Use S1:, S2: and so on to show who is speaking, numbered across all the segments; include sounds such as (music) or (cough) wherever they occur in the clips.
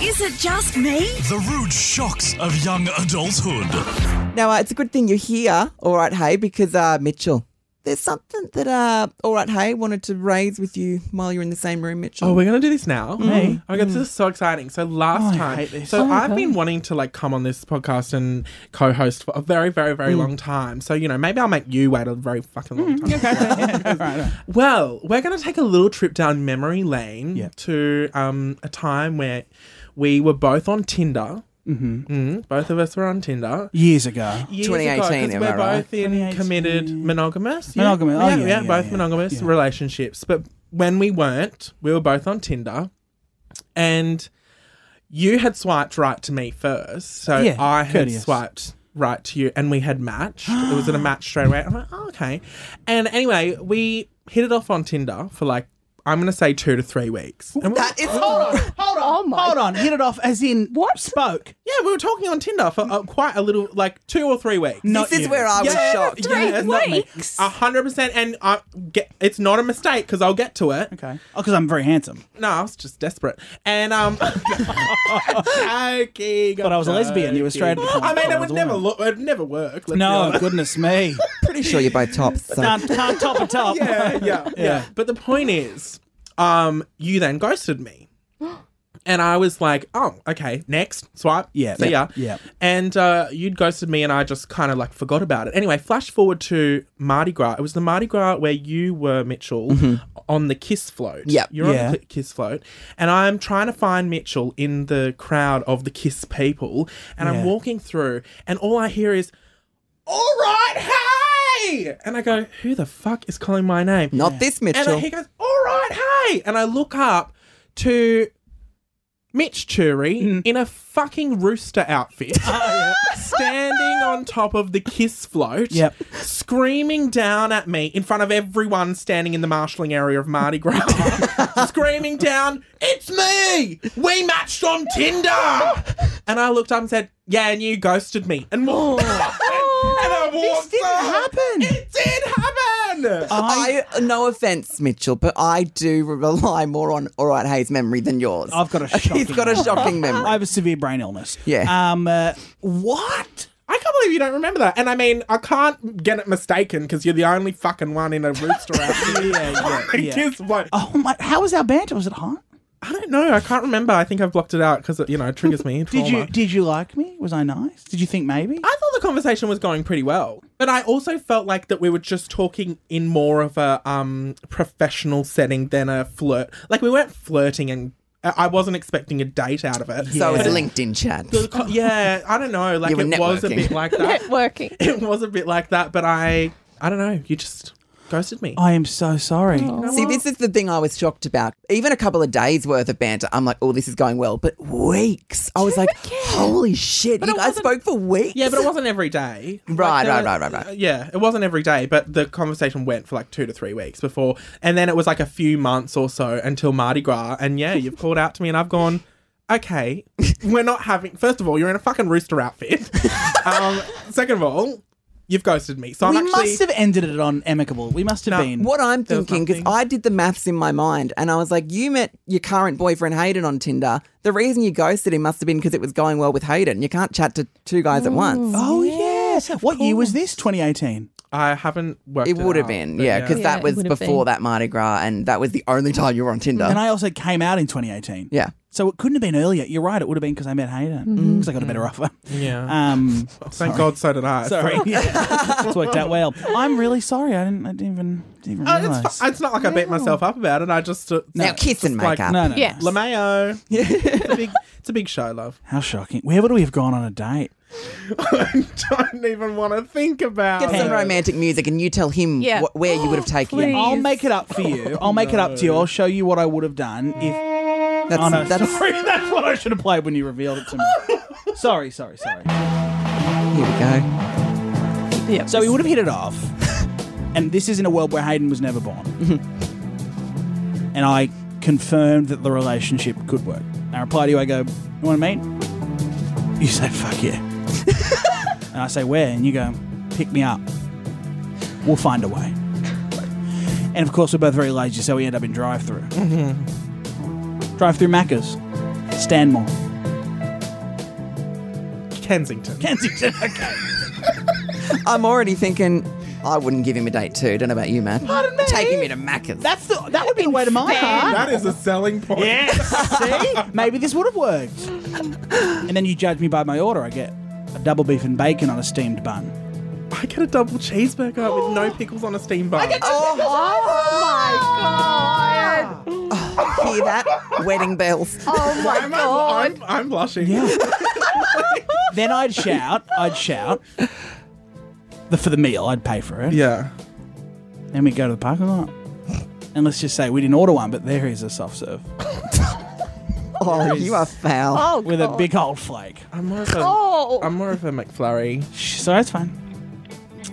S1: Is it just me?
S2: The rude shocks of young adulthood.
S3: Now, uh, it's a good thing you're here, All Right Hey, because uh, Mitchell, there's something that uh, All Right Hey wanted to raise with you while you're in the same room, Mitchell.
S4: Oh, we're gonna do this now. Oh my god, this is so exciting. So last time, so I've been wanting to like come on this podcast and co-host for a very, very, very long time. So you know, maybe I'll make you wait a very fucking long time. (laughs) Well, we're going to take a little trip down memory lane to um, a time where we were both on Tinder. Mm-hmm. both of us were on Tinder.
S5: Years ago.
S4: Years
S3: 2018,
S4: ago, 'cause
S3: am
S4: we're
S3: I right?
S4: both in
S5: 2018.
S4: committed monogamous.
S5: Monogamous, oh, yeah, yeah,
S4: both
S5: yeah.
S4: monogamous
S5: Yeah.
S4: relationships. But when we weren't, we were both on Tinder, and you had swiped right to me first, so
S5: Yeah,
S4: I had
S5: courteous.
S4: swiped right to you, and we had matched. it
S5: (gasps)
S4: was in a match straight away. I'm like, oh, okay. And anyway, we hit it off on Tinder for like I'm gonna say two to three weeks. And we-
S3: That is (laughs) hold on.
S5: Hold on. Hold on. Hit it off as in Oh what? Spoke.
S4: yeah, we were talking on Tinder for uh, quite a little, like two or three weeks.
S5: Not
S3: This is
S5: you.
S3: where I was shocked.
S1: Three
S4: it's not me.
S1: weeks?
S4: A hundred percent, and I get, it's not a mistake because I'll get to it.
S5: Okay. Oh, because I'm very handsome.
S4: No, I was just desperate, and
S5: (laughs)
S4: um, (laughs) joking.
S5: Thought I was a lesbian. You were straight at the point.
S4: I mean,
S5: Thought I
S4: it would
S5: was a
S4: never
S5: woman.
S4: look. It would never work. let's be
S5: No,
S4: honest. (laughs)
S5: goodness me.
S3: Pretty sure you're both tops. So.
S5: Can't, can't top a top.
S4: yeah, yeah,
S5: (laughs)
S4: yeah. But the point is, um, you then ghosted
S5: (gasps)
S4: me. And I was like, oh, okay, next swipe.
S5: Yeah,
S4: See
S5: yeah,
S4: ya.
S5: yeah.
S4: And uh, you'd ghosted me and I just kind of like forgot about it. Anyway, flash forward to Mardi Gras. It was the Mardi Gras where you were, Mitchell, on the kiss float.
S3: Yep.
S4: You're
S5: Mm-hmm. Yeah.
S4: on the ki- kiss float. And I'm trying to find Mitchell in the crowd of the kiss people. And
S5: Yeah.
S4: I'm walking through and all I hear is, all right, hey! And I go, who the fuck is calling my name?
S3: Not this,
S4: And
S3: Mitchell.
S4: I, he goes, all right, hey! And I look up to Mitch Turi
S5: Mm.
S4: in a fucking rooster
S5: (laughs)
S4: outfit,
S5: Oh,
S4: standing on top of the kiss float,
S5: Yep.
S4: screaming down at me in front of everyone standing in the marshalling area of Mardi
S5: (laughs)
S4: Gras, screaming down, it's me! We matched on Tinder! And I looked up and said, yeah, and you ghosted me. And,
S5: (laughs)
S4: walked off. and I walked
S5: didn't
S4: off.
S5: happen. Oh,
S4: It did happen!
S3: I, no offense, Mitchell, but I do rely more on All Right Hey's memory than yours.
S5: I've got a shocking
S3: (laughs) He's got a shocking memory.
S5: (laughs) I have a severe brain illness.
S3: Yeah.
S5: Um. Uh, what?
S4: I can't believe you don't remember that. And I mean, I can't get it mistaken because you're the only fucking one in a rooster
S5: (laughs)
S4: outfit. yeah, yeah,
S5: yeah.
S4: (laughs) Like,
S5: Oh my! How was our banter? Was it hot?
S4: I don't know. I can't remember. I think I've blocked it out because you know it triggers me.
S5: (laughs) Did you
S4: trauma.
S5: Did you like me? Was I nice? Did you think maybe?
S4: I thought the conversation was going pretty well, but I also felt like that we were just talking in more of a um professional setting than a flirt. Like we weren't flirting, and uh, I I wasn't expecting a date out of it.
S3: So it's
S4: But
S3: LinkedIn chat.
S4: the
S5: (laughs)
S4: co- yeah, I don't know. Like
S3: You were
S4: it was a
S3: networking.
S4: bit like that.
S1: Networking.
S4: (laughs) it was a bit like that, but I, I don't know. You just ghosted me.
S5: I am so sorry.
S3: See, this is the thing I was shocked about. Even a couple of days worth of banter, I'm like, oh, this is going well. But weeks, I was like, holy shit, you guys
S4: it wasn't-
S3: spoke for weeks.
S4: Yeah, but it wasn't every day.
S3: Right,
S4: there
S3: right,
S4: were-
S3: right, right, right.
S4: uh, Yeah, it wasn't every day, but the conversation went for like two to three weeks before, and then it was like a few months or so until Mardi Gras. And yeah, you've called out to me, and I've gone, okay, we're not having. First of all, you're in a fucking rooster outfit. (laughs) um, second of all, you've ghosted me, so
S5: we
S4: I'm actually.
S5: must have ended it on amicable. We must have
S4: No.
S5: been.
S3: What I'm
S4: was
S3: thinking, because
S4: nothing.
S3: I did the maths in my mind, and I was like, you met your current boyfriend Hayden on Tinder. The reason you ghosted him must have been because it was going well with Hayden. You can't chat to two guys at once.
S5: Oh yes. What year was this? 2018.
S4: I haven't worked.
S3: It would have
S4: out,
S3: been,
S4: but
S3: yeah, because
S1: Yeah,
S3: that
S1: it
S3: was
S1: would have
S3: before
S1: been.
S3: that Mardi Gras, and that was the only time you were on
S4: Oh.
S3: Tinder.
S5: And I also came out in 2018.
S3: yeah.
S5: So it couldn't have been earlier. You're right. It would have been because I met Hayden because I got a better offer.
S4: Mm. Yeah.
S5: (laughs) Um.
S4: (laughs) Thank God, so did I.
S5: Sorry,
S4: (laughs)
S5: yeah. (laughs) it's worked out well. I'm really sorry. I didn't. I didn't even. Didn't even
S4: Oh, it's,
S5: realize.
S4: fi- it's not like I beat myself up about it. I just uh,
S3: now kiss and make
S4: like-
S3: up.
S5: no, no.
S1: Yes.
S3: (laughs)
S4: Lameo. it's, a big, it's a big show, love.
S5: How shocking. Where would we have gone on a date?
S4: I (laughs) don't even want to think about
S3: Get some
S4: it.
S3: romantic music, and you tell him
S1: Yeah.
S3: wh- where you would have taken him.
S1: Please.
S5: I'll make it up for you. I'll make it up to you. I'll show you what I would have done if.
S3: That's,
S5: Oh, no,
S3: that's
S5: (laughs) sorry. That's what I should have played when you revealed it to me. sorry, sorry, sorry.
S3: here we go.
S1: Yeah.
S5: So we would have hit it off. and this is in a world where Hayden was never born. and I confirmed that the relationship could work. I reply to you, I go, You want to meet? You say, Fuck yeah. and I say, Where? And you go, Pick me up. We'll find a way. And of course, we're both very lazy, so we end up in drive through. Drive through Macca's, Stanmore.
S4: Kensington.
S5: Kensington. Okay.
S3: I'm already thinking I wouldn't give him a date too. Don't know about you, Matt.
S5: Pardon me?
S3: Taking me to Macca's.
S5: That's the that would be the way to my heart.
S4: that is a selling point.
S5: See, maybe this would have worked. And then you judge me by my order. I get a double beef and bacon on a steamed bun.
S4: (laughs) I get a double cheeseburger with
S3: (gasps)
S4: no pickles on a steam bun.
S3: oh,
S6: Oh my god!
S3: hear that? Wedding bells.
S6: Oh my
S4: I'm,
S6: god!
S4: I'm, I'm blushing.
S5: Then I'd shout. I'd shout. The, for the meal, I'd pay for it.
S4: Yeah.
S5: Then we go to the parking lot. And let's just say we didn't order one, but there is a soft serve
S3: Oh, you are foul.
S6: Oh,
S5: with
S6: god.
S5: a big old flake.
S4: I'm more of a.
S6: Oh.
S4: am more of a McFlurry.
S5: Shh, So that's fine.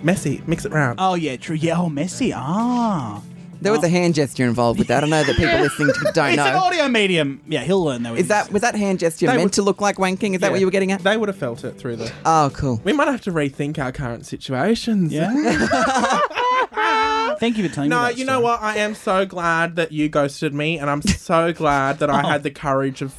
S4: Messy. Mix it round.
S5: Oh yeah, true. Yeah, oh messy. Ah,
S3: There was a hand gesture involved with that. I know that people listening to don't
S5: it's an
S3: know.
S5: audio medium. Yeah, he'll learn that. with
S3: Is that
S5: this.
S3: was that hand gesture
S4: They
S3: meant
S4: would-
S3: to look like wanking? Is that
S4: Yeah.
S3: what you were getting at?
S4: They would have felt it through the.
S3: Oh, cool.
S4: We might have to rethink our current situations. (laughs)
S5: Yeah. Thank you for telling me.
S4: No,
S5: that
S4: you know
S5: story.
S4: what? I am so glad that you ghosted me, and I'm
S5: (laughs)
S4: so glad that I
S5: Oh.
S4: had the courage of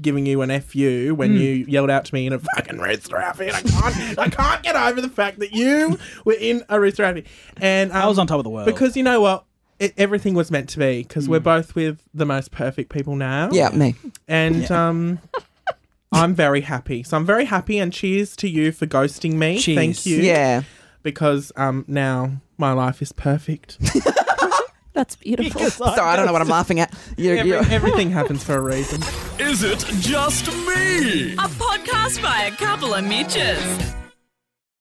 S4: giving you an fu when
S5: Hmm.
S4: you yelled out to me in a fucking rooster outfit. I can't, I can't get over the fact that you were in a rooster outfit, and um,
S5: I was on top of the world Hmm.
S4: because you know what. It, everything was meant to be because we're both with the most perfect people now.
S3: Yeah, me.
S4: and
S5: (laughs)
S4: um, I'm very happy. So I'm very happy, and cheers to you for ghosting me.
S5: Cheers.
S4: Thank you.
S3: Yeah.
S4: because um, now my life is perfect.
S6: That's beautiful.
S3: Sorry, I don't know what I'm laughing at. You're,
S4: Every,
S3: you're,
S4: everything happens for a reason.
S2: Is it just me?
S1: A podcast by a couple of Mitches.